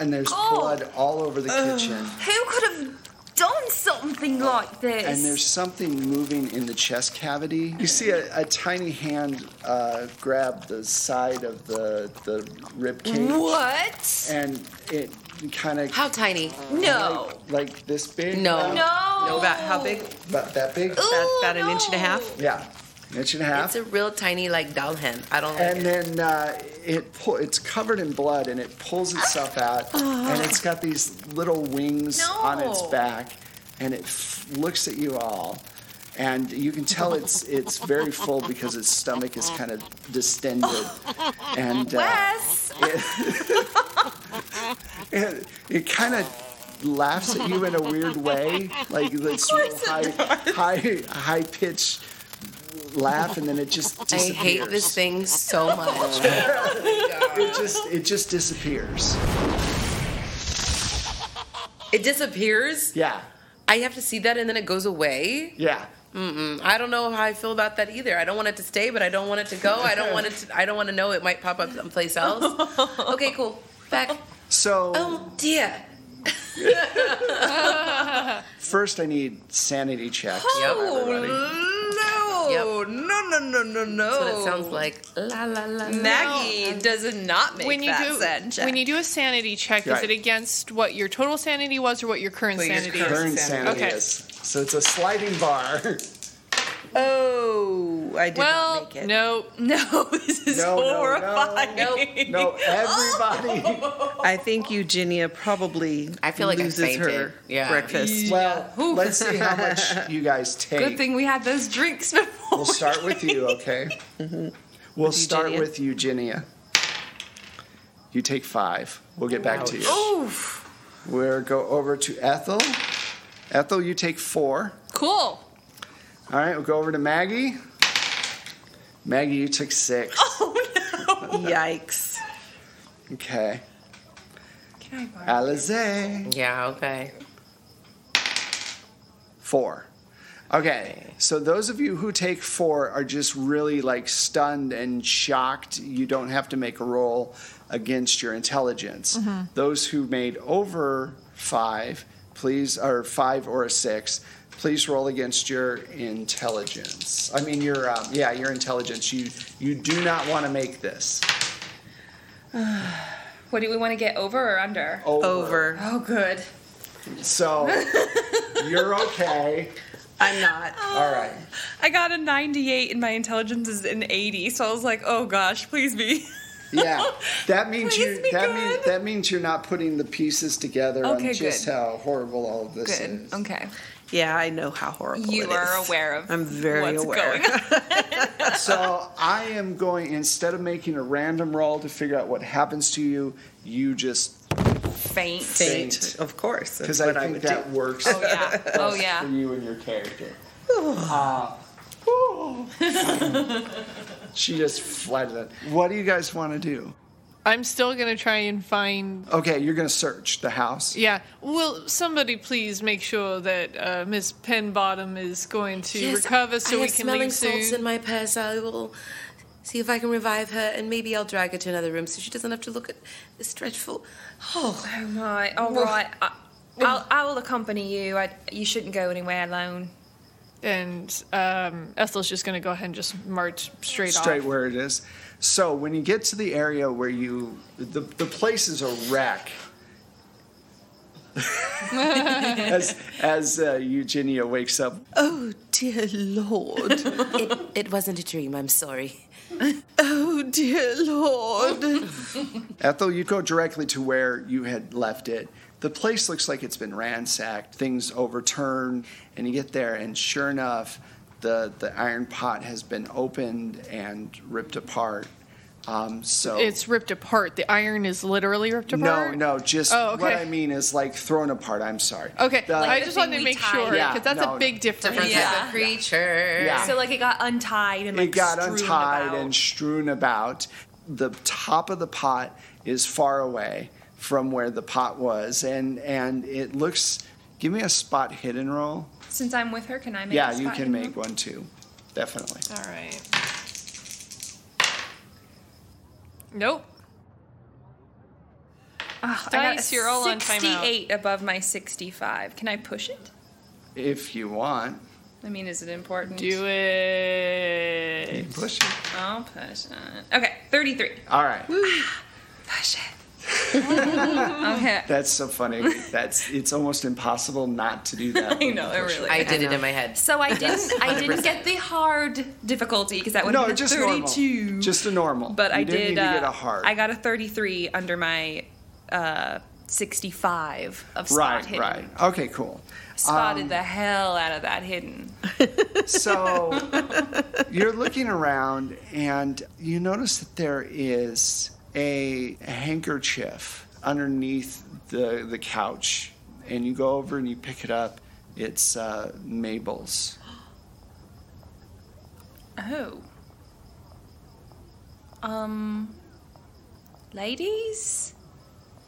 And there's Oh. blood all over the kitchen. who could have done something like this? and there's something moving in the chest cavity. You see a, a tiny hand uh, grab the side of the the rib cage, what? and it kind of How tiny? No. like this big. No. uh, No. No, about how big? about that big. About, about an inch and a no. half? Yeah, inch and a half. It's a real tiny, like doll hand. I don't like and it. then uh, it pull, it's covered in blood and it pulls itself out and it's got these little wings on its No. back and it f- looks at you all and you can tell it's it's very full because its stomach is kind of distended and uh, Wes, it, it kind of laughs at you in a weird way like this high high high pitched laugh and then it just I disappears. hate this thing so much. it just it just disappears it disappears. yeah I have to see that, and then it goes away. Yeah. I don't know how I feel about that either. I don't want it to stay, but I don't want it to go. I don't want it. To, I don't want to know it might pop up someplace else. Okay, cool. Back. So Oh dear. first, I need sanity checks. Yep. from everybody. no. Oh, Yep. No, no, no, no, no. That's what it sounds like. La la la. Maggie does not make When you that do sound check. when you do a sanity check, Right. is it against what your total sanity was or what your current What your sanity current- is? Current sanity Okay. is. So it's a sliding bar. Oh, I did Well, not make it. no. no, this is No, no, no. horrifying. no, everybody. I think Eugenia probably I feel like I loses her fainted. Yeah. breakfast. Well, let's see how much you guys take. Good thing we had those drinks before. We'll start with you, okay? We'll start Eugenia. with Eugenia. You take five. We'll get back to you. Oof. We'll go over to Ethel. Ethel, you take four. Cool. All right, we'll go over to Maggie. Maggie, you took six. Yikes. Okay. Can I borrow? Alize. Yeah. Okay. Four. Okay. So those of you who take four are just really like stunned and shocked. You don't have to make a roll against your intelligence. Mm-hmm. Those who made over five, please, or five or a six, please roll against your intelligence. I mean, your um, yeah, your intelligence. You you do not want to make this What do we want to get over or under? Over. Oh, good. So you're okay. I'm not. All right. I got a 98 and my intelligence is an 80, so I was like, oh gosh, please be. Yeah, that means Please you. be That good. means that means you're not putting the pieces together Okay, on just good. how horrible all of this Good. is. Okay. Yeah, I know how horrible You it are is. aware of I'm very what's aware. going on. So I am going instead of making a random roll to figure out what happens to you, you just Faint. Faint, Faint. of course. That's because what I I think would that do. works Oh yeah. Oh for yeah. you and your character. Uh, whew. she just flattened it. What do you guys want to do? I'm still gonna try and find. Okay, you're gonna search the house. Yeah. Will somebody please make sure that uh, Miss Penbottom is going to recover so we I have can smelling leave salts soon? in my purse. I will see if I can revive her, and maybe I'll drag her to another room so she doesn't have to look at this dreadful. Oh, Oh my. All right. I, I'll I will accompany you. I, you shouldn't go anywhere alone. and um, Ethel's just gonna go ahead and just march straight, straight off. where it is. So when you get to the area where you the the place is a wreck. as as uh, Eugenia wakes up, oh dear lord! it, it wasn't a dream. I'm sorry. Oh dear lord. Ethel, you go directly to where you had left it. The place looks like it's been ransacked, things overturned, and you get there, and sure enough, the the iron pot has been opened and ripped apart. Um, so It's ripped apart. The iron is literally ripped no, apart. no, just Oh, what okay. I mean is like thrown apart. I'm sorry. Okay, The- I just thing wanted to we make tied. sure Yeah, because that's no, a big difference. Yeah. creature. Yeah. So like it got untied and like it got strewn untied about. and strewn about. The top of the pot is far away from where the pot was, and and it looks. Give me a spot hidden roll. Since I'm with her, can I make? yeah, a you spot can hidden? Oh. make one too. Definitely. All right. Nope. Ugh, I got Dice, a you're all on timeout. 68 above my 65. Can I push it? If you want, I mean, is it important? Do you it. can push it. I'll push it. Okay, 33. All right. Push it. okay. That's so funny. That's it's almost impossible not to do that. I know it really. I did it in my head. so I didn't. I didn't get the hard difficulty because that would have No, been a just 32. normal. Just a normal. But You I didn't did. need to get uh, a heart. I got a 33 under my uh, 65 of spot right, hidden. right. Um, Okay, cool. Spotted the hell out of that hidden. So you're looking around and you notice that there is a handkerchief underneath the, the couch. And you go over and you pick it up. It's uh, Mabel's. Oh. Um. Ladies?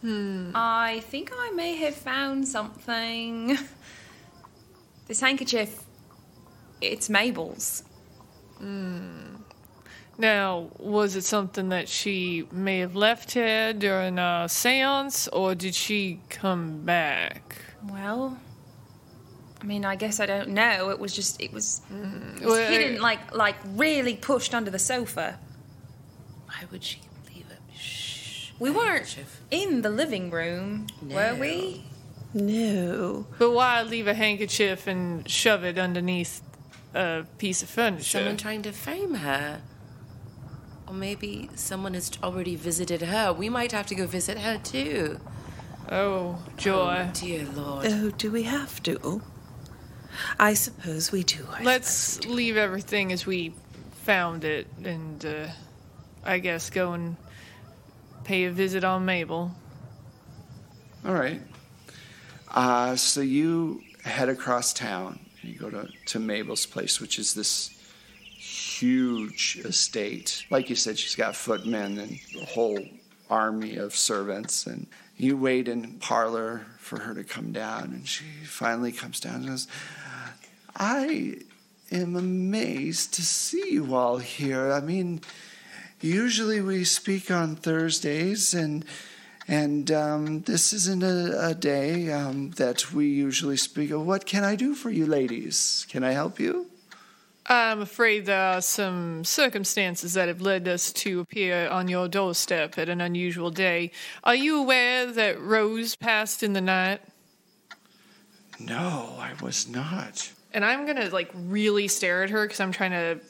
Hmm. I think I may have found something. This handkerchief. It's Mabel's. Now, was it something that she may have left here during a seance, or did she come back? Well. I mean, I guess I don't know. It was just. It was. Hmm. It was Well, hidden, like, like really pushed under the sofa. Why would she leave it? Shh. We weren't Handkerchief. in the living room, were we? No. But why leave a handkerchief and shove it underneath a piece of furniture? Someone trying to frame her. Or maybe someone has already visited her. We might have to go visit her too. oh, joy. Dear Lord. Uh. Oh, do we have to? I suppose we do. I Let's leave everything as we found it, and uh, I guess go and pay a visit on Mabel. All right. Uh, so you head across town and you go to, to Mabel's place, which is this huge estate. Like you said, she's got footmen and a whole army of servants. And you wait in parlor for her to come down, and she finally comes down and goes, I am amazed to see you all here. I mean, usually we speak on Thursdays, and and um, this isn't a, a day um, that we usually speak. What can I do for you, ladies? Can I help you? I'm afraid there are some circumstances that have led us to appear on your doorstep at an unusual day. Are you aware that Rose passed in the night? No, I was not. And I'm gonna like really stare at her because I'm trying to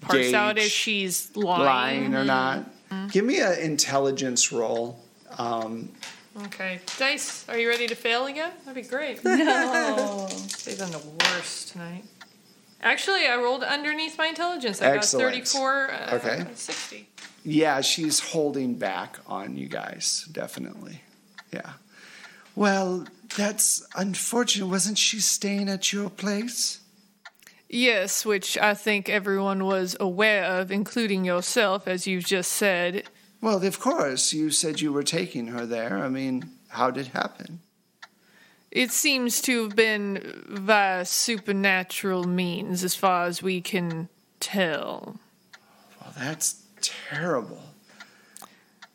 parse out Gauge. if she's lying. Lying or not? Give me an intelligence roll. Um, Okay, dice. Are you ready to fail again? That'd be great. They've done the worst tonight. Actually, I rolled underneath my intelligence. I Excellent. got 34 uh, Okay. 60. Yeah, she's holding back on you guys, definitely. Yeah. Well, that's unfortunate. Wasn't she staying at your place? Yes, which I think everyone was aware of, including yourself, as you've just said. Well, of course. You said you were taking her there. I mean, how'd it happen? It seems to have been via supernatural means, as far as we can tell. Well, Oh, that's terrible.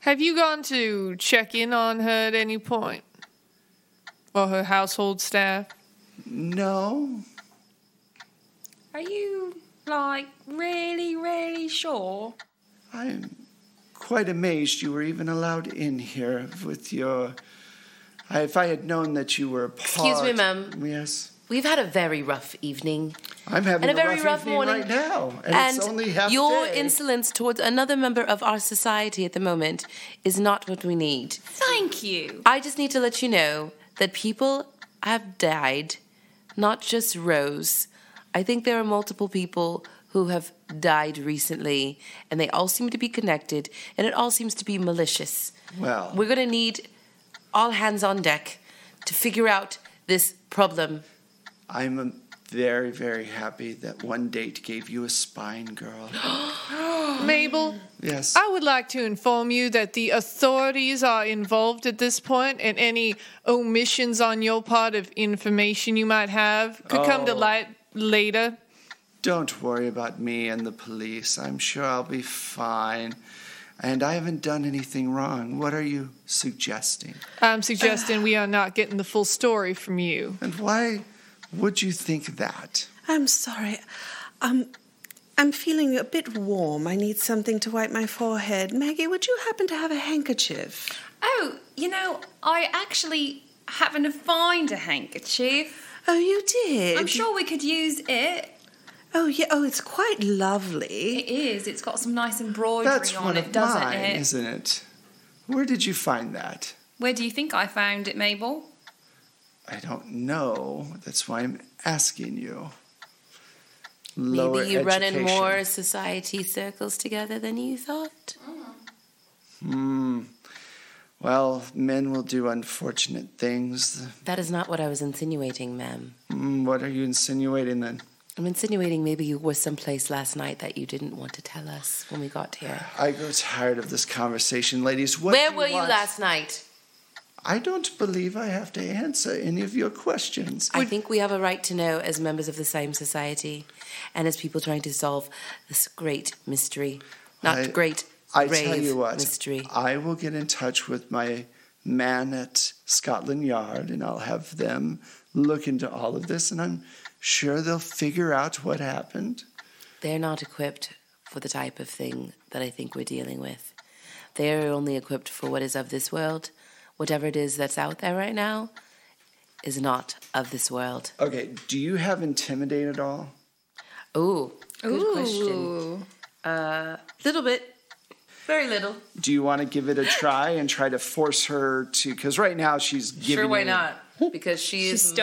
Have you gone to check in on her at any point? Or her household staff? No. Are you like really, really sure? I'm quite amazed you were even allowed in here with your. I, if I had known that you were a part. Excuse me, ma'am. Yes. We've had a very rough evening. I'm having And a very rough evening morning. right now, and, it's only half your day. insolence towards another member of our society at the moment is not what we need. Thank you. I just need to let you know that people have died, not just Rose. I think there are multiple people who have died recently, and they all seem to be connected, and it all seems to be malicious. Well. we're going to need all hands on deck to figure out this problem. I'm um, very, very happy that one date gave you a spine girl. Mabel, yes. I would like to inform you that the authorities are involved at this point, and any omissions on your part of information you might have could come to Oh. light later. Don't worry about me and the police. I'm sure I'll be fine. And I haven't done anything wrong. What are you suggesting? I'm suggesting we are not getting the full story from you. And why would you think that? I'm sorry. Um, I'm feeling a bit warm. I need something to wipe my forehead. Maggie, would you happen to have a handkerchief? Oh, you know, I actually happened to find a handkerchief. Oh, you did. I'm sure we could use it. Oh, yeah. Oh, it's quite lovely. It is. It's got some nice embroidery That's on one it, of doesn't mine, it? is isn't it? Where did you find that? Where do you think I found it, Mabel? I don't know. That's why I'm asking you. Lower Maybe you run in education. more society circles together than you thought. Hmm. Well, men will do unfortunate things. That is not what I was insinuating, ma'am. Mm, what are you insinuating then? I'm insinuating maybe you were someplace last night that you didn't want to tell us when we got here. I grow tired of this conversation, ladies. What Where do were you want? last night? I don't believe I have to answer any of your questions. I think we have a right to know as members of the same society and as people trying to solve this great mystery. Not I- great, I grave tell you what, mystery. I will get in touch with my man at Scotland Yard, and I'll have them look into all of this, and I'm sure they'll figure out what happened. They're not equipped for the type of thing that I think we're dealing with. They are only equipped for what is of this world. Whatever it is that's out there right now is not of this world. Okay, do you have intimidate at all? Ooh, good question. Uh, little bit, very little. Do you want to give it a try and try to force her to? Because right now she's giving. Sure, why you- not? Because she She's is Mm.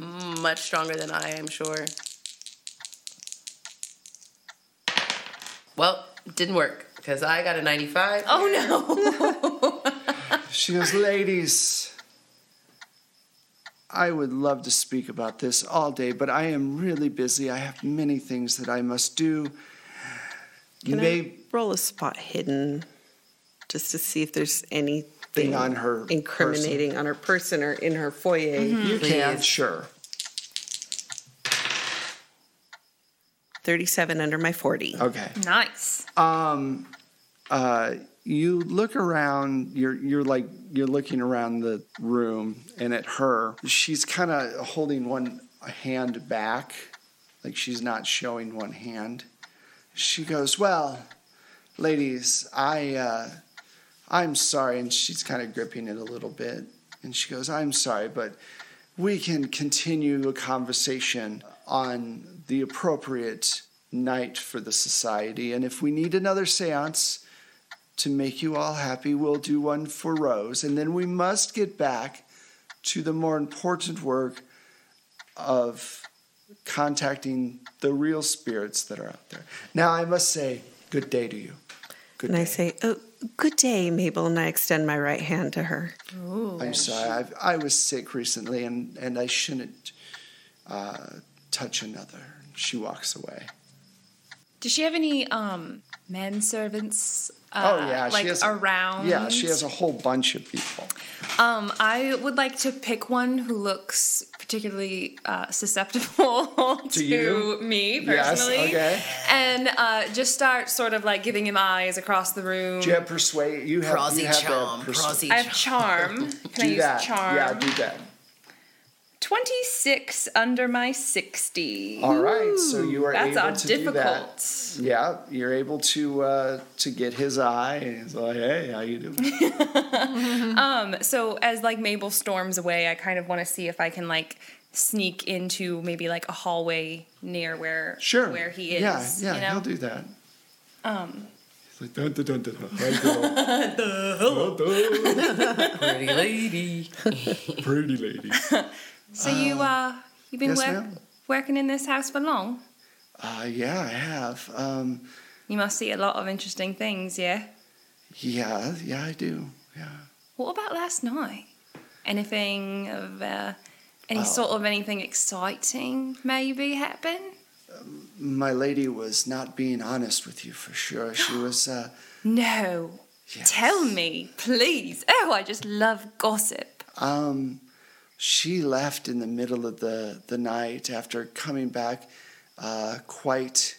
stonewalling. m- much stronger than I am sure. Well, didn't work because I got a 95. Oh no! She goes, ladies, I would love to speak about this all day, but I am really busy. I have many things that I must do. Can Maybe I roll a spot hidden just to see if there's anything Thing on her person. Mm-hmm. incriminating on her person or in her foyer? you can, sure. 37 under my 40. Okay. Nice. Uh, you look around. You're you're like you're looking around the room and at her. She's kind of holding one hand back, like she's not showing one hand. She goes, "Well, ladies, I uh, I'm sorry," and she's kind of gripping it a little bit. And she goes, "I'm sorry, but we can continue a conversation on the appropriate night for the society. And if we need another seance to make you all happy, we'll do one for Rose. And then we must get back to the more important work of contacting the real spirits that are out there. Now, I must say, good day to you. Good And I day. say, Oh, good day, Mabel. And I extend my right hand to her. I'm sorry. I've, I was sick recently, and, and I shouldn't uh, touch another. She walks away. Does she have any um men servants? Uh, Oh yeah, like she has around. Yeah, she has a whole bunch of people. Um, I would like to pick one who looks particularly uh, susceptible to, you? me Yes, personally, okay. and uh, just start sort of like giving him eyes across the room. Do you have persuade? You have, you Prosy have charm, a persuade. prosy I have charm. Can I Do use that. charm? Yeah, do that. Twenty six under my sixty. All right, so you are That's able a to difficult. do that. Yeah, you're able to uh, to get his eye. And he's like, hey, how you doing? Um, so as like Mabel storms away, I kind of want to see if I can like sneak into maybe like a hallway near where Sure. where he is. Yeah, yeah, you know? he'll do that. Um. He's like, dun, dun, dun, dun, dun, dun, dun. Dun, dun, Pretty lady. Pretty lady. So you uh you been Um, yes, work- ma'am. working in this house for long? Uh, yeah, I have. Um, You must see a lot of interesting things, yeah. yeah, yeah, I do. Yeah. What about last night? Anything of uh, any Oh. sort of anything exciting maybe happen? My lady was not being honest with you for sure. She was. Uh, No. Yes. Tell me, please. Oh, I just love gossip. Um, she left in the middle of the, the night after coming back uh, quite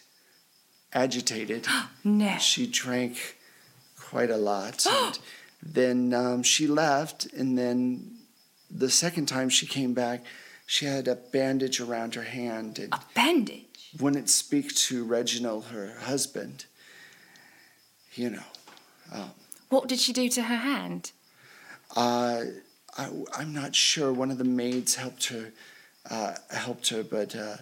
agitated. No. she drank quite a lot. And then um, she left, and then the second time she came back, she had a bandage around her hand and A bandage. wouldn't speak to Reginald, her husband. You know. What did she do to her hand? Uh, I, am not sure. One of the maids helped her, uh, helped her, but uh,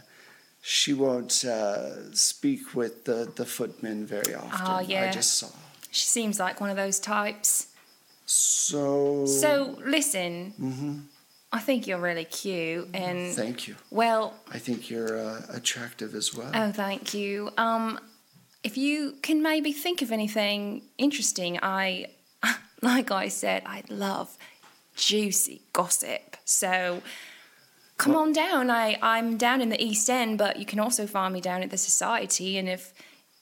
she won't uh, speak with the, the footmen very often. I Ah, yeah. just saw. She seems like one of those types. So, So, listen. I think you're really cute and Mm-hmm. thank you. well, I think you're uh, attractive as well. Oh, thank you. Um, if you can maybe think of anything interesting, I, like I said, I love juicy gossip. So come on down. I, I'm down in the East End, but you can also find me down at the Society. And if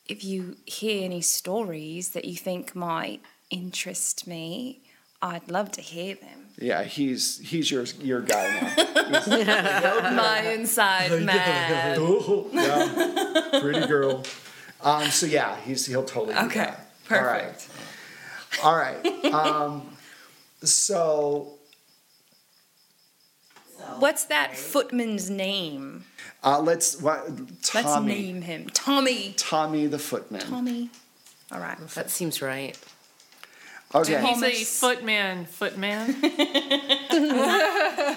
if you hear any stories that you think might interest me, I'd love to hear them. yeah, he's he's your your guy now. My inside man. yeah, pretty girl. Um, so yeah, he's he'll totally. do Okay, that. perfect. All right. All right. Um, so What's that footman's name? Uh, let's what, Let's Tommy. name him Tommy. Tommy the footman. Tommy. All right. That seems right. Okay. He's a Thomas. footman, footman.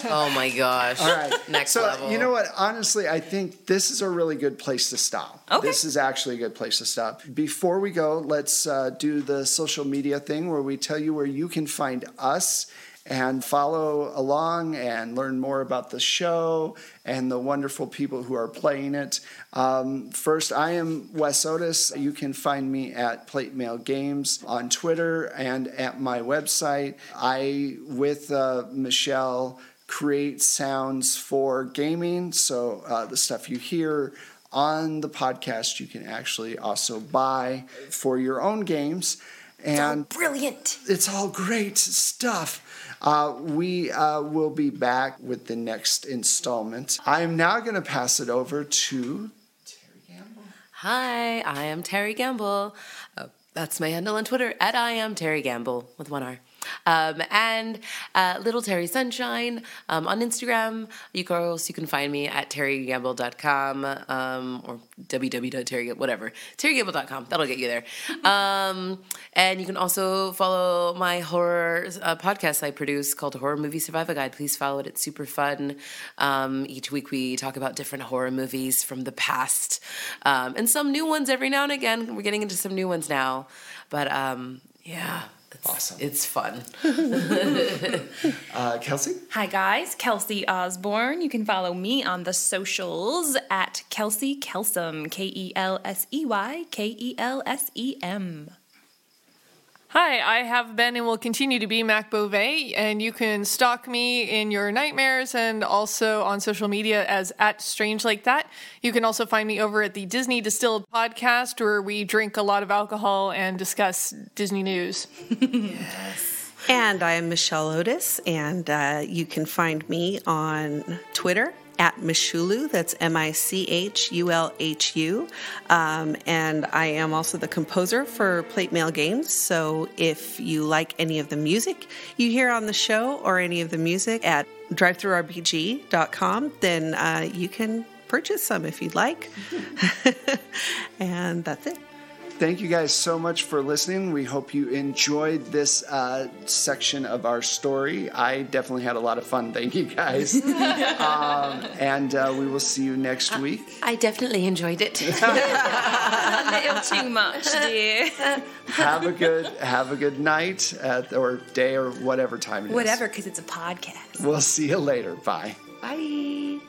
Oh my gosh. All right. Next so level. you know what? Honestly, I think this is a really good place to stop. Okay. This is actually a good place to stop. Before we go, let's uh, do the social media thing where we tell you where you can find us and follow along and learn more about the show and the wonderful people who are playing it. Um, first, I am Wes Otis. You can find me at Plate Mail Games on Twitter and at my website. I, with uh, Michelle, create sounds for gaming. So uh, the stuff you hear on the podcast, you can actually also buy for your own games. And Brilliant. it's all great stuff. Uh, we uh, will be back with the next installment. I'm now going to pass it over to Hi, I am Terry Gamble. Uh, that's my handle on Twitter at I am Terry Gamble with one R. Um, and uh, Little Terry Sunshine um, on Instagram. You can also you can find me at terrygamble.com um, or www.terrygamble, whatever. terrygamble.com. That'll get you there. Um, and you can also follow my horror uh, podcast I produce called Horror Movie Survival Guide. Please follow it. It's super fun. Um, each week we talk about different horror movies from the past um, and some new ones every now and again. We're getting into some new ones now. But um, yeah. It's, Awesome. It's fun. Uh, Kelsey? Hi, guys. Kelsey Osborne. You can follow me on the socials at Kelsey Kelsum, K E L S E Y K E L S E M. Hi, I have been and will continue to be Mac Beauvais, and you can stalk me in your nightmares and also on social media as at Strange Like That. You can also find me over at the Disney Distilled podcast, where we drink a lot of alcohol and discuss Disney news. And I am Michelle Otis, and uh, you can find me on Twitter at Mishulu. That's M I C H U L H U. Um, And I am also the composer for Plate Mail Games. So if you like any of the music you hear on the show or any of the music at drivethroughrpg.com, then uh, you can purchase some if you'd like. and that's it. Thank you guys so much for listening. We hope you enjoyed this uh, section of our story. I definitely had a lot of fun. Thank you guys. um, and uh, we will see you next week. I definitely enjoyed it. A little too much, dear. Have a good have a good night at, or day or whatever time it is. Whatever, because it's a podcast. We'll see you later. Bye. Bye.